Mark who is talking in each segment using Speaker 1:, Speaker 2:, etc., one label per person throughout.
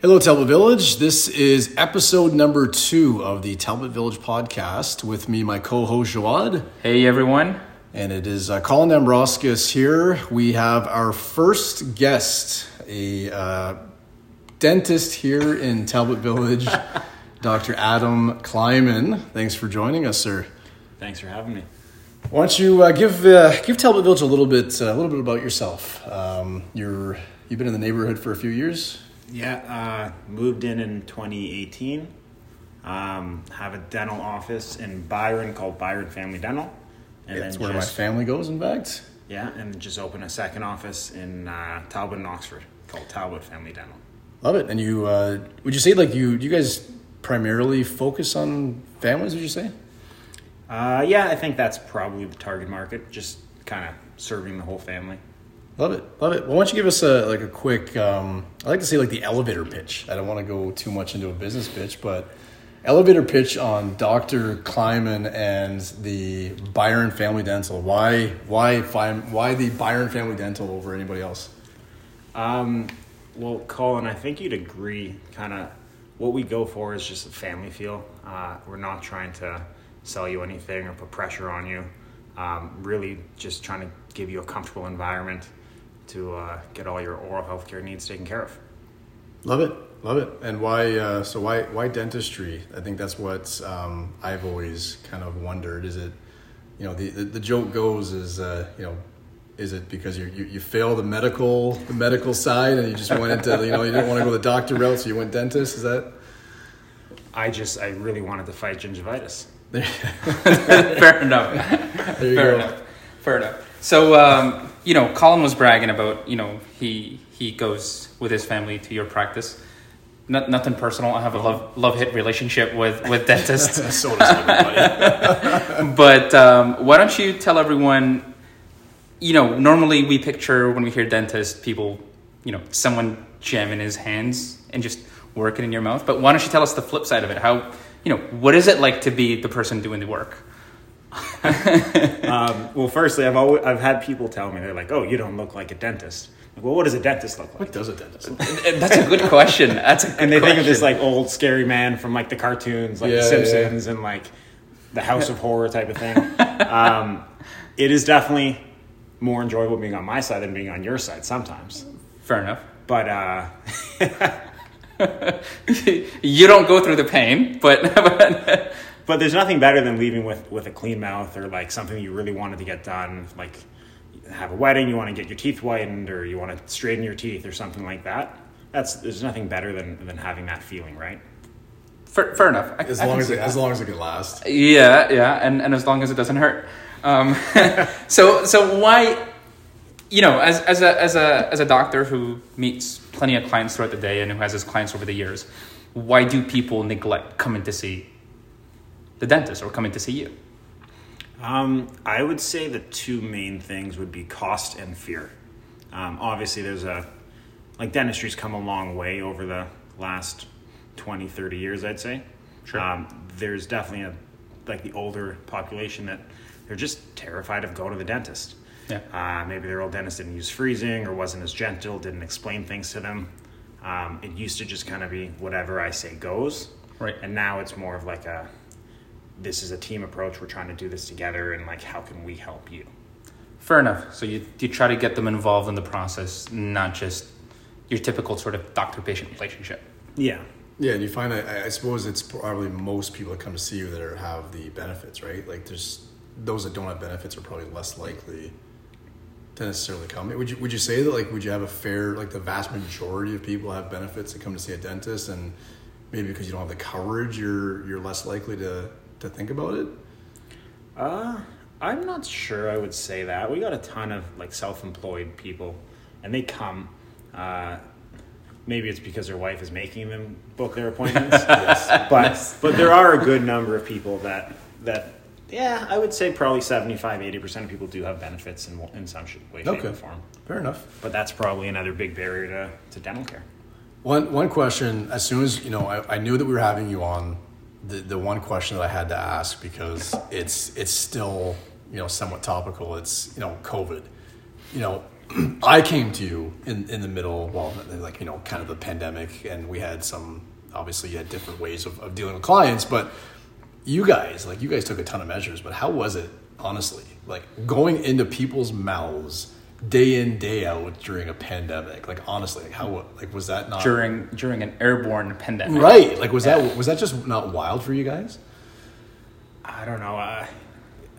Speaker 1: Hello, Talbot Village. This is episode number two of the Talbot Village podcast with me, my co host, Jawad.
Speaker 2: Hey everyone.
Speaker 1: And it is uh, Colin Ambroskis here. We have our first guest, a uh, dentist here in Talbot Village, Dr. Adam Kleiman. Thanks for joining us, sir.
Speaker 2: Thanks for having me.
Speaker 1: Why don't you uh, give uh, give Talbot Village a little bit uh, a little bit about yourself? Um, you're you've been in the neighborhood for a few years.
Speaker 3: Yeah, uh, moved in in 2018. Um, have a dental office in Byron called Byron Family Dental, and
Speaker 1: That's
Speaker 3: then
Speaker 1: where my
Speaker 3: just,
Speaker 1: family goes, in fact.
Speaker 3: yeah, and just open a second office in uh, Talbot and Oxford called Talbot Family Dental.
Speaker 1: Love it. And you, uh, would you say like you, you guys primarily focus on families? Would you say?
Speaker 3: Uh, yeah, I think that's probably the target market. Just kind of serving the whole family.
Speaker 1: Love it, love it. Well, why don't you give us a like a quick? Um, I like to say like the elevator pitch. I don't want to go too much into a business pitch, but elevator pitch on Doctor Kleiman and the Byron Family Dental. Why, why, fi- why the Byron Family Dental over anybody else?
Speaker 3: Um, well, Colin, I think you'd agree. Kind of what we go for is just a family feel. Uh, we're not trying to sell you anything or put pressure on you. Um, really, just trying to give you a comfortable environment to uh, get all your oral health care needs taken care of.
Speaker 1: Love it, love it. And why? Uh, so why? Why dentistry? I think that's what um, I've always kind of wondered. Is it, you know, the the, the joke goes is uh, you know, is it because you, you you fail the medical the medical side and you just went into you know you didn't want to go the doctor route so you went dentist? Is that?
Speaker 3: I just, I really wanted to fight gingivitis.
Speaker 2: Fair enough.
Speaker 1: There you
Speaker 2: Fair
Speaker 1: go.
Speaker 2: enough. Fair enough. So um, you know, Colin was bragging about you know he he goes with his family to your practice. Not, nothing personal. I have a love love hit relationship with with dentists.
Speaker 1: So does everybody.
Speaker 2: but um, why don't you tell everyone you know normally we picture when we hear dentist people you know someone jamming his hands and just working in your mouth but why don't you tell us the flip side of it how you know what is it like to be the person doing the work
Speaker 3: Um, well, firstly, I've always, I've had people tell me they're like, "Oh, you don't look like a dentist." Like, well, what does a dentist look like?
Speaker 1: What does a dentist?
Speaker 2: And that's a good question that's a good
Speaker 3: and they think of this
Speaker 2: question.
Speaker 3: like old scary man from like the cartoons, like
Speaker 1: Yeah,
Speaker 3: The
Speaker 1: yeah.
Speaker 3: Simpsons and like the House of Horror type of thing. um, it is definitely more enjoyable being on my side than being on your side sometimes.
Speaker 2: fair enough
Speaker 3: But uh,
Speaker 2: you don't go through the pain but
Speaker 3: but there's nothing better than leaving with with a clean mouth or like something you really wanted to get done, like have a wedding, you want to get your teeth whitened or you want to straighten your teeth or something like that. That's there's nothing better than than having that feeling, right?
Speaker 2: fair, fair enough I-
Speaker 1: As
Speaker 2: I can
Speaker 1: long as
Speaker 2: see
Speaker 1: it,
Speaker 2: that.
Speaker 1: as long as it can last.
Speaker 2: Yeah, yeah, and, and as long as it doesn't hurt. Um, so so why, you know, as, as a as a as a doctor who meets plenty of clients throughout the day and who has his clients over the years, why do people neglect coming to see the dentist or coming to see you?
Speaker 3: Um, I would say the two main things would be cost and fear. Um, obviously, there's a like dentistry's come a long way over the last 20, 30 years, I'd say.
Speaker 2: Sure.
Speaker 3: Um, there's definitely a like the older population that they're just terrified of going to the dentist.
Speaker 2: Yeah.
Speaker 3: Uh, maybe their old dentist didn't use freezing or wasn't as gentle, didn't explain things to them. Um, it used to just kind of be whatever I say goes.
Speaker 2: Right.
Speaker 3: And now it's more of like a this is a team approach. We're trying to do this together, and like, how can we help you?
Speaker 2: Fair enough. So you you try to get them involved in the process, not just your typical sort of doctor patient relationship.
Speaker 3: Yeah,
Speaker 1: Yeah, and you find that I- I suppose it's probably most people that come to see you that are, have the benefits, right? Like there's those that don't have benefits are probably less likely to necessarily come. Would you would you say that like would you have a fair like the vast majority of people have benefits that come to see a dentist and maybe because you don't have the coverage you're you're less likely to to think about it?
Speaker 3: Uh, I'm not sure. I would say that we got a ton of like self-employed people, and they come. Uh, maybe it's because their wife is making them book their appointments, but but there are a good number of people that that. Yeah, I would say probably 75, 80% of people do have benefits in, in some sh- way, shape,
Speaker 1: Okay.
Speaker 3: or form.
Speaker 1: Fair enough.
Speaker 3: But that's probably another big barrier to, to dental care.
Speaker 1: One one question, as soon as you know, I, I knew that we were having you on. The the one question that I had to ask because it's it's still you know somewhat topical. It's you know COVID. You know, I came to you in, in the middle, well, like, you know, kind of the pandemic, and we had some, obviously, you had different ways of, of dealing with clients, but you guys, like, you guys took a ton of measures, but how was it, honestly? Like, going into people's mouths day in, day out during a pandemic, like, honestly, like, how, like, was that not.
Speaker 2: during during an airborne pandemic.
Speaker 1: Right. Like, was that, was that just not wild for you guys?
Speaker 3: I don't know. I,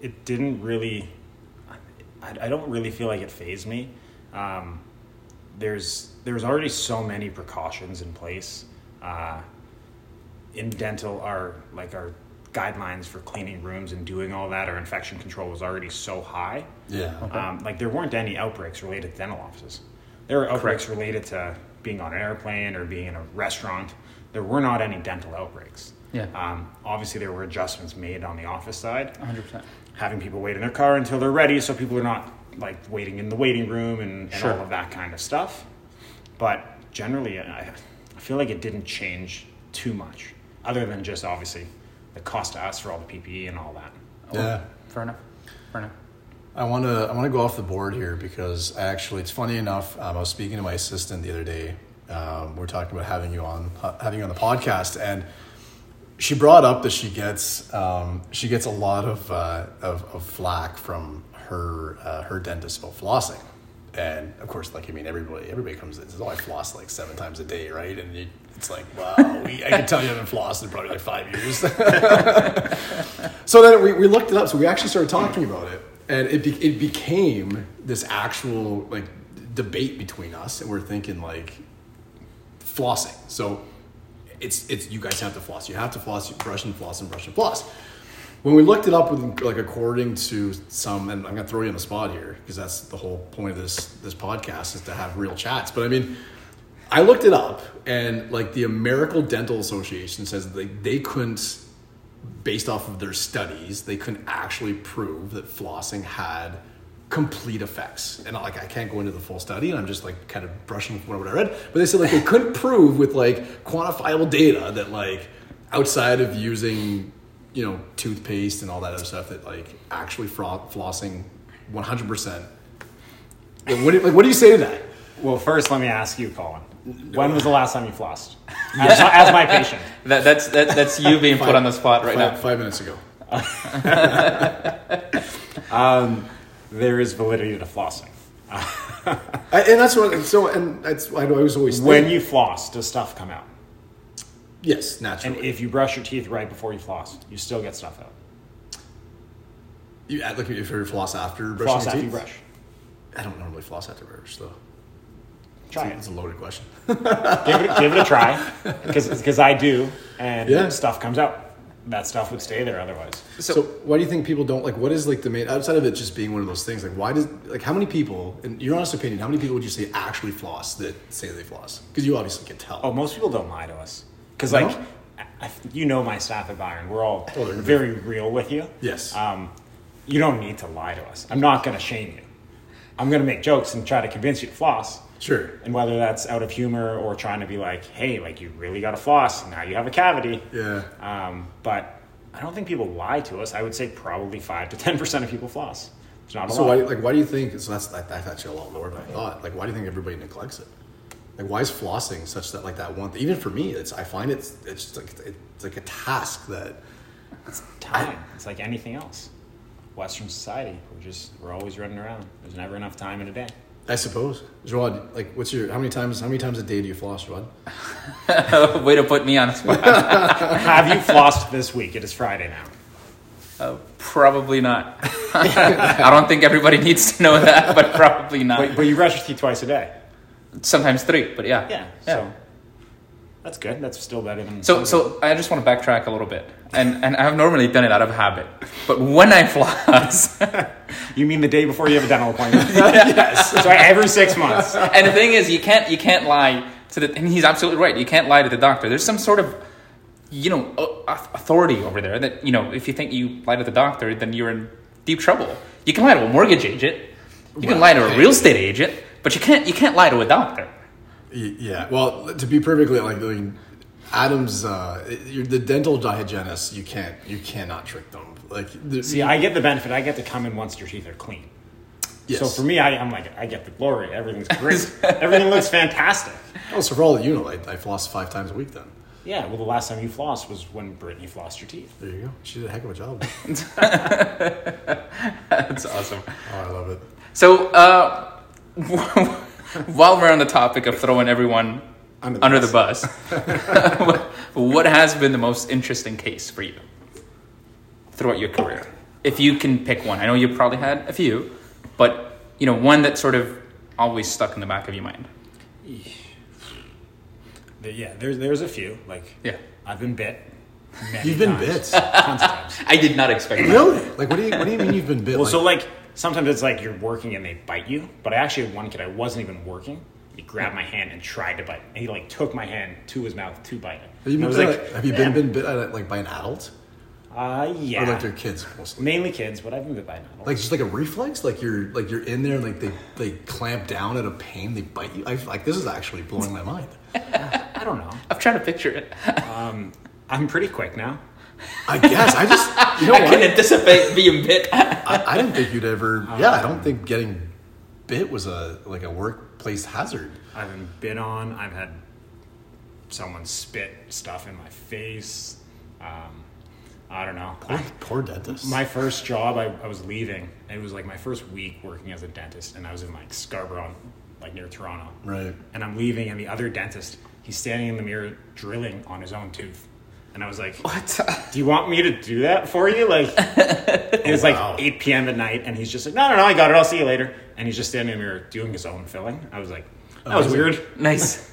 Speaker 3: it didn't really. I, I don't really feel like it phased me. Um, there's there's already so many precautions in place. Uh, in dental, our like our guidelines for cleaning rooms and doing all that, our infection control was already so high.
Speaker 1: Yeah.
Speaker 3: Um, like there weren't any outbreaks related to dental offices. There were outbreaks related to being on an airplane or being in a restaurant. There were not any dental outbreaks.
Speaker 2: Yeah.
Speaker 3: Um, obviously, there were adjustments made on the office side,
Speaker 2: 100%.
Speaker 3: having people wait in their car until they're ready, so people are not like waiting in the waiting room and, and
Speaker 2: Sure.
Speaker 3: all of that kind of stuff. But generally, I, I feel like it didn't change too much, other than just obviously the cost to us for all the PPE and all that.
Speaker 1: Yeah.
Speaker 2: Fair enough. Fair enough.
Speaker 1: I want to I want to go off the board here because actually it's funny enough. Um, I was speaking to my assistant the other day. Um, we are talking about having you on uh, having you on the podcast, and she brought up that she gets um, she gets a lot of, uh, of of flack from her uh, her dentist about flossing, and of course, like I mean, everybody everybody comes in and says, "Oh, I floss like seven times a day, right?" And you, it's like, wow, we, I can tell you haven't flossed in probably like five years. So then we, we looked it up. So we actually started talking about it, and it be, it became this actual like debate between us, and we're thinking like flossing. So it's it's you guys have to floss. You have to floss. You brush and floss and brush and floss. When we looked it up, with, like according to some, and I'm gonna throw you on the spot here because that's the whole point of this this podcast is to have real chats. But I mean, I looked it up, and like the American Dental Association says they they couldn't based off of their studies, they couldn't actually prove that flossing had complete effects. And like I can't go into the full study, and I'm just like kind of brushing from what I read. But they said like they couldn't prove with like quantifiable data that like outside of using you know toothpaste and all that other stuff that like actually fro- flossing 100. percent What do, like, what do you say to that?
Speaker 3: Well, first, let me ask you, Colin. When was the last time you flossed? As, my- as my patient.
Speaker 2: That, that's, that, that's you being put on the spot right
Speaker 1: five,
Speaker 2: now.
Speaker 1: five minutes ago.
Speaker 3: There is validity to flossing.
Speaker 1: I, and that's what. So and that's I always always think-
Speaker 3: When you floss, does stuff come out?
Speaker 1: yes
Speaker 3: And
Speaker 1: naturally
Speaker 3: if you brush your teeth right before you floss, you still get stuff out.
Speaker 1: you act like if you're floss after brushing
Speaker 3: Floss
Speaker 1: your
Speaker 3: after you
Speaker 1: teeth?
Speaker 3: brush.
Speaker 1: I don't normally floss after brush, though.
Speaker 3: Try
Speaker 1: It's
Speaker 3: it.
Speaker 1: a loaded question.
Speaker 3: give it. Give it a try, because I do, and
Speaker 1: Yeah.
Speaker 3: stuff comes out. That stuff would stay there otherwise.
Speaker 1: So, why do you think people don't like? What is like the main outside of it just being one of those things? Like, why does like how many people? In your honest opinion, how many people would you say actually floss that say they floss? Because you obviously can tell.
Speaker 3: Oh, most people don't lie to us, because
Speaker 1: No?
Speaker 3: like, I, I- you know my staff at Byron, we're all
Speaker 1: Oh, they're
Speaker 3: very real with you.
Speaker 1: yes.
Speaker 3: um, you don't need to lie to us. I'm not going to shame you. I'm going to make jokes and try to convince you to floss.
Speaker 1: sure.
Speaker 3: And whether that's out of humor or trying to be like, hey, like you really got to floss. Now you have a cavity.
Speaker 1: Yeah.
Speaker 3: Um, but I don't think people lie to us. I would say probably 5 to 10% of people floss. It's not a
Speaker 1: So
Speaker 3: lot.
Speaker 1: why like why do you think? So that's that, that's actually a lot lower than I thought. Like, why do you think everybody neglects it? Like, why is flossing such that like that one? Even for me, it's I find it's it's just like it's like a task that
Speaker 3: It's time. It's like anything else. Western society, we're just, we're always running around. There's never enough time in a day.
Speaker 1: I suppose. Joad, like, what's your how many times how many times a day do you floss, Joad?
Speaker 2: Way to put me on the spot.
Speaker 3: have you flossed this week? It is Friday now.
Speaker 2: Uh, probably not. I don't think everybody needs to know that, but probably not.
Speaker 3: But, but you brush your teeth twice a day.
Speaker 2: Sometimes three, but yeah.
Speaker 3: Yeah. So that's good. That's still better than
Speaker 2: So, so I just want to backtrack a little bit, and and I've normally done it out of habit, but when I floss, and
Speaker 3: You mean the day before you have a dental appointment? yes. So every six months.
Speaker 2: the thing is, you can't you can't lie to the, and he's absolutely right. You can't lie to the doctor. There's some sort of, you know, au- au- authority over there that you know if you think you lie to the doctor, then you're in deep trouble. You can lie to a mortgage agent, you can lie to a real estate agent, but you can't you can't lie to a doctor.
Speaker 1: Y- Yeah. Well, to be perfectly like, I mean, Adam's uh, you're the dental hygienist. You can't, you cannot trick them. Like, the,
Speaker 3: See, I get the benefit. I get to come in once your teeth are clean.
Speaker 1: Yes.
Speaker 3: So for me, I, I'm like, I get the glory. Everything's great. Everything looks fantastic.
Speaker 1: Oh, so for all the Unilite, I floss five times a week then.
Speaker 3: Yeah. Well, the last time you flossed was when Brittany flossed your teeth.
Speaker 1: There you go. She did a heck of a job.
Speaker 2: That's awesome.
Speaker 1: oh, I love it.
Speaker 2: So, uh, while we're on the topic of throwing everyone
Speaker 1: Under
Speaker 2: under
Speaker 1: the
Speaker 2: the bus, what, what has been the most interesting case for you throughout your career? If you can pick one, I know you probably had a few, but you know one that sort of always stuck in the back of your mind.
Speaker 3: There- Yeah. There's there's a few. Like
Speaker 2: Yeah,
Speaker 3: I've been bit. many
Speaker 1: You've been
Speaker 3: times.
Speaker 1: bits.
Speaker 3: Tons of times.
Speaker 2: I did not expect that.
Speaker 1: really? Like, what do you what do you mean you've been bit?
Speaker 3: Well,
Speaker 1: like,
Speaker 3: so like sometimes it's like you're working and they bite you. But I actually had one kid. I wasn't even working. He grabbed my hand and tried to bite. And he like took my hand to his mouth to bite it.
Speaker 1: have you
Speaker 3: And
Speaker 1: been,
Speaker 3: I was
Speaker 1: bit,
Speaker 3: like,
Speaker 1: like, have you been, been bit uh, like by an adult
Speaker 3: Uh, yeah.
Speaker 1: or like their kids mostly?
Speaker 3: Mainly kids, but I've been bit by an adult.
Speaker 1: Like just like a reflex, like you're like you're in there, and like they they clamp down at a pain, they bite you. I like this is actually blowing my mind.
Speaker 3: I don't know.
Speaker 2: I'm trying to picture it.
Speaker 3: I'm pretty quick now.
Speaker 1: I guess I just you know
Speaker 2: I can
Speaker 1: what
Speaker 2: anticipate being bit.
Speaker 1: I, I didn't think you'd ever. Yeah, I don't think getting bit was a like a workplace hazard.
Speaker 3: I've been bit on. I've had someone spit stuff in my face. Um, I don't know.
Speaker 1: Poor, poor dentist.
Speaker 3: My first job, I, I was leaving. It was like my first week working as a dentist, and I was in like Scarborough, like near Toronto.
Speaker 1: right.
Speaker 3: And I'm leaving, and the other dentist, he's standing in the mirror drilling on his own tooth. And I was like,
Speaker 2: What?
Speaker 3: do you want me to do that for you? Like, it was
Speaker 1: Wow.
Speaker 3: like 8 p.m. at night, and he's just like, no, no, no, I got it. I'll see you later. And he's just standing in the mirror doing his own filling. I was like, that was
Speaker 1: Amazing.
Speaker 3: weird.
Speaker 2: Nice.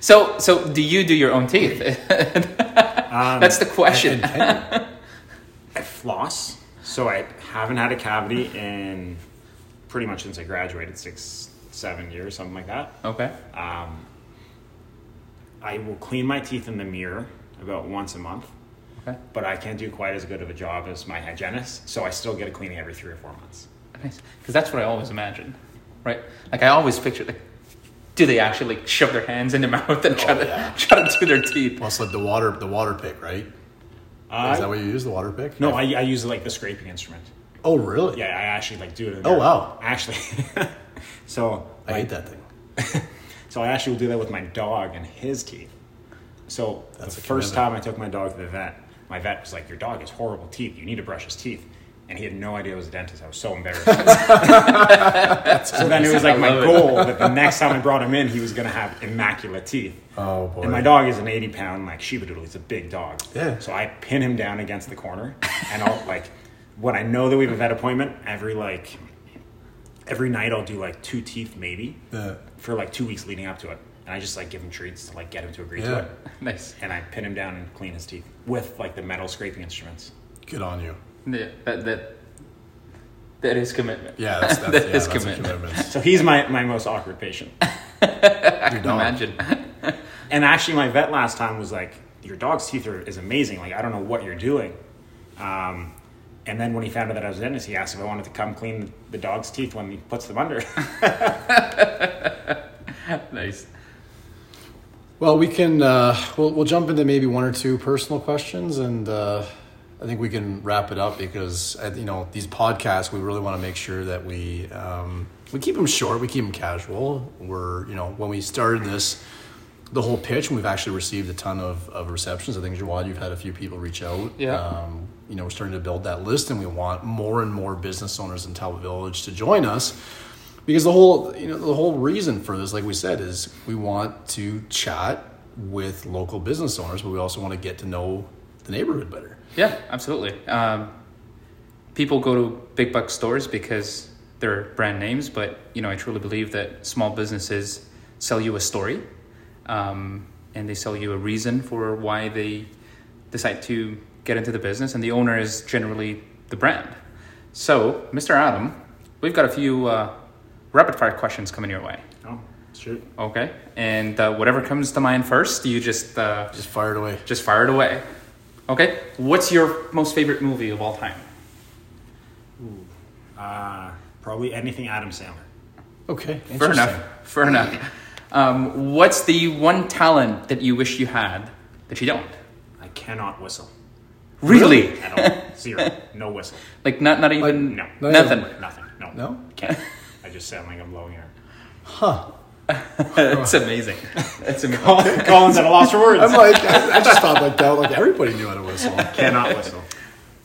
Speaker 2: so, so do you do your own teeth? That's the
Speaker 1: And
Speaker 2: question.
Speaker 1: can you?
Speaker 3: I floss, so I haven't had a cavity in pretty much since I graduated, six, seven years, something like that.
Speaker 2: Okay.
Speaker 3: I will clean my teeth in the mirror about once a month,
Speaker 2: Okay.
Speaker 3: but I can't do quite as good of a job as my hygienist, so I still get a cleaning every three or four months.
Speaker 2: Nice. Because that's what I always imagined, right? Like I always picture like, do they actually like, shove their hands in their mouth and try
Speaker 1: Oh,
Speaker 2: to
Speaker 1: yeah.
Speaker 2: try to do their teeth?
Speaker 1: Plus, like the water, the water pick, right?
Speaker 3: Uh,
Speaker 1: Is that what you use? The water pick?
Speaker 3: no, I, I use like the scraping instrument.
Speaker 1: Oh, really?
Speaker 3: Yeah, I actually like do it. In the
Speaker 1: Oh,
Speaker 3: mirror.
Speaker 1: wow.
Speaker 3: Actually, so
Speaker 1: I hate that thing.
Speaker 3: So I actually will do that with my dog and his teeth. So
Speaker 1: That's a
Speaker 3: the first
Speaker 1: commitment.
Speaker 3: time I took my dog to the vet, my vet was like, "Your dog has horrible teeth. You need to brush his teeth." And he had no idea I was a dentist. I was so embarrassed. so then it was like
Speaker 2: I
Speaker 3: my
Speaker 2: love it.
Speaker 3: goal that the next time I brought him in, he was going to have immaculate teeth.
Speaker 1: Oh, boy.
Speaker 3: And my dog is an 80 pound, like Shiba Doodle. He's a big dog.
Speaker 1: Yeah.
Speaker 3: So I pin him down against the corner. And I'll, like, when I know that we have a vet appointment, every, like, every night I'll do, like, two teeth maybe
Speaker 1: Yeah.
Speaker 3: for like two weeks leading up to it. And I just like give him treats to like get him to agree to
Speaker 1: Yeah.
Speaker 3: it.
Speaker 2: Nice.
Speaker 3: And I pin him down and clean his teeth with like the metal scraping instruments.
Speaker 1: Good on you.
Speaker 2: Yeah, that that that is commitment.
Speaker 1: Yeah, that's, that's,
Speaker 2: That
Speaker 1: yeah,
Speaker 2: is
Speaker 1: that's
Speaker 2: commitment.
Speaker 1: A commitment.
Speaker 3: So he's my, my most awkward patient.
Speaker 1: Your dog.
Speaker 2: Imagine.
Speaker 3: And actually, my vet last time was like, Your dog's teeth are, is amazing. Like, I don't know what you're doing. Um, and then when he found out that I was a dentist, he asked if I wanted to come clean the dog's teeth when he puts them under.
Speaker 2: nice.
Speaker 1: Well, we can uh, we'll we'll jump into maybe one or two personal questions, and uh, I think we can wrap it up because uh, you know these podcasts we really want to make sure that we um, we keep them short, we keep them casual. We're you know when we started this, the whole pitch, and we've actually received a ton of, of receptions. I think Jawad, you've had a few people reach out.
Speaker 2: Yeah.
Speaker 1: Um, you know, we're starting to build that list, and we want more and more business owners in Talbot Village to join us because the whole you know the whole reason for this, like we said, is we want to chat with local business owners, but we also want to get to know the neighborhood better.
Speaker 2: Yeah, absolutely. Um, people go to big buck stores because they're brand names, but you know, I truly believe that small businesses sell you a story, um, and they sell you a reason for why they decide to get into the business, and the owner is generally the brand. So, Mr. Adam, we've got a few uh, rapid fire questions coming your way.
Speaker 3: oh, shoot.
Speaker 2: Okay, and uh, whatever comes to mind first, you just uh,
Speaker 1: Just fire it away.
Speaker 2: just fire it away. Okay, what's your most favorite movie of all time?
Speaker 3: Uh, probably anything Adam Sandler.
Speaker 1: Okay,
Speaker 2: Fair
Speaker 1: interesting.
Speaker 2: enough. Fair enough. Um, what's the one talent that you wish you had that you don't?
Speaker 3: I cannot whistle
Speaker 2: Really?
Speaker 3: at all. Zero. No whistle.
Speaker 2: Like not not even
Speaker 3: no.
Speaker 2: nothing.
Speaker 3: Nothing. No.
Speaker 1: No?
Speaker 3: Can't. I just sound like I'm blowing air.
Speaker 1: Huh.
Speaker 2: it's amazing. It's amazing.
Speaker 3: Colin's at a loss for
Speaker 1: I'm
Speaker 3: words.
Speaker 1: like, I, I just thought like that. Like everybody knew how to whistle.
Speaker 3: Cannot whistle.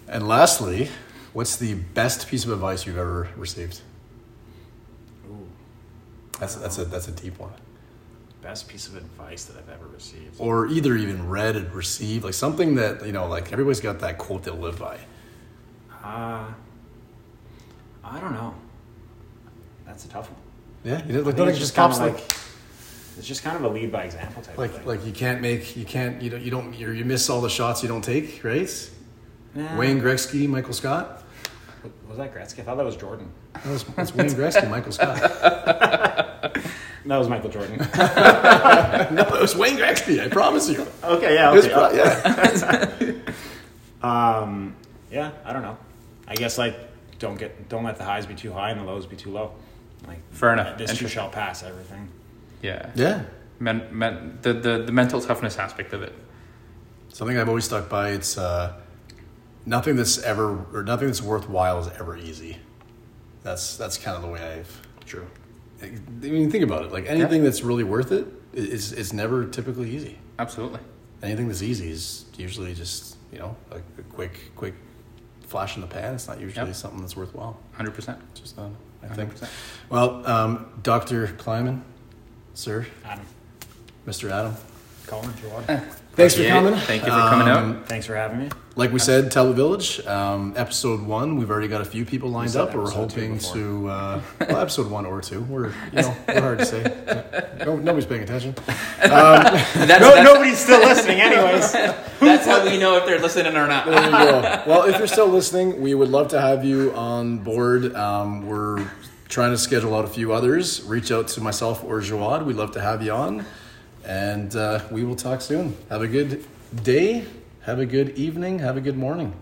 Speaker 1: And lastly, what's the best piece of advice you've ever received? That's that's a that's a deep one.
Speaker 3: Best piece of advice that I've ever received.
Speaker 1: Or either even read and received, like something that you know, like everybody's got that quote they'll live by.
Speaker 3: Uh, I don't know. That's a tough one.
Speaker 1: Yeah, you know,
Speaker 3: I
Speaker 1: like
Speaker 3: think
Speaker 1: nothing
Speaker 3: it's
Speaker 1: just
Speaker 3: kinda
Speaker 1: pops like
Speaker 3: it's just kind of a lead by example type of
Speaker 1: like
Speaker 3: thing.
Speaker 1: like you can't make you can't you don't you don't you're, you miss all the shots you don't take, right?
Speaker 3: Nah.
Speaker 1: Wayne Gretzky, Michael Scott.
Speaker 3: was that Gretzky? I thought that was Jordan.
Speaker 1: That was, that's Wayne Gretzky, Michael Scott.
Speaker 3: That was Michael Jordan.
Speaker 1: No, it was Wayne Gretzky. I promise you.
Speaker 3: okay, yeah,
Speaker 1: It was pro- yeah.
Speaker 3: Um, yeah, I don't know. I guess like don't get don't let the highs be too high and the lows be too low. Like
Speaker 2: Fair enough.
Speaker 3: This too
Speaker 2: Interesting.
Speaker 3: shall pass. Everything.
Speaker 2: yeah.
Speaker 1: yeah.
Speaker 2: Men, men, the, the, the mental toughness aspect of it.
Speaker 1: Something I've always stuck by. It's uh, nothing that's ever or nothing that's worthwhile is ever easy. That's that's kind of the way I've.
Speaker 3: True.
Speaker 1: I mean, think about it. Like anything that's really worth it, i- it's it's never typically easy.
Speaker 2: Absolutely.
Speaker 1: Anything that's easy is usually just you know like a quick quick flash in the pan. It's not usually
Speaker 2: Yep.
Speaker 1: something that's worthwhile.
Speaker 2: 100%.
Speaker 1: It's Just uh, I think.
Speaker 2: 100%.
Speaker 1: Well, um, Doctor Kleiman, sir,
Speaker 3: Adam,
Speaker 1: Mr. Adam,
Speaker 3: Colin, if you want.
Speaker 1: thanks for
Speaker 2: Appreciate it.
Speaker 1: coming.
Speaker 2: Thank you for coming out.
Speaker 3: Thanks for having me.
Speaker 1: Like we said, Tell the Village, um, episode one. We've already got a few people lined
Speaker 3: said
Speaker 1: up. We're
Speaker 3: episode two
Speaker 1: hoping
Speaker 3: before.
Speaker 1: to uh, well, episode one or two. We're you know we're hard to say. No, nobody's paying attention.
Speaker 2: That's,
Speaker 3: No,
Speaker 2: that's,
Speaker 3: nobody's still listening, anyways.
Speaker 2: that's how we know if they're listening or not.
Speaker 1: There you go. Well, if you're still listening, we would love to have you on board. Um, we're trying to schedule out a few others. Reach out to myself or Joad. We'd love to have you on, and uh, we will talk soon. Have a good day. Have a good evening. Have a good morning.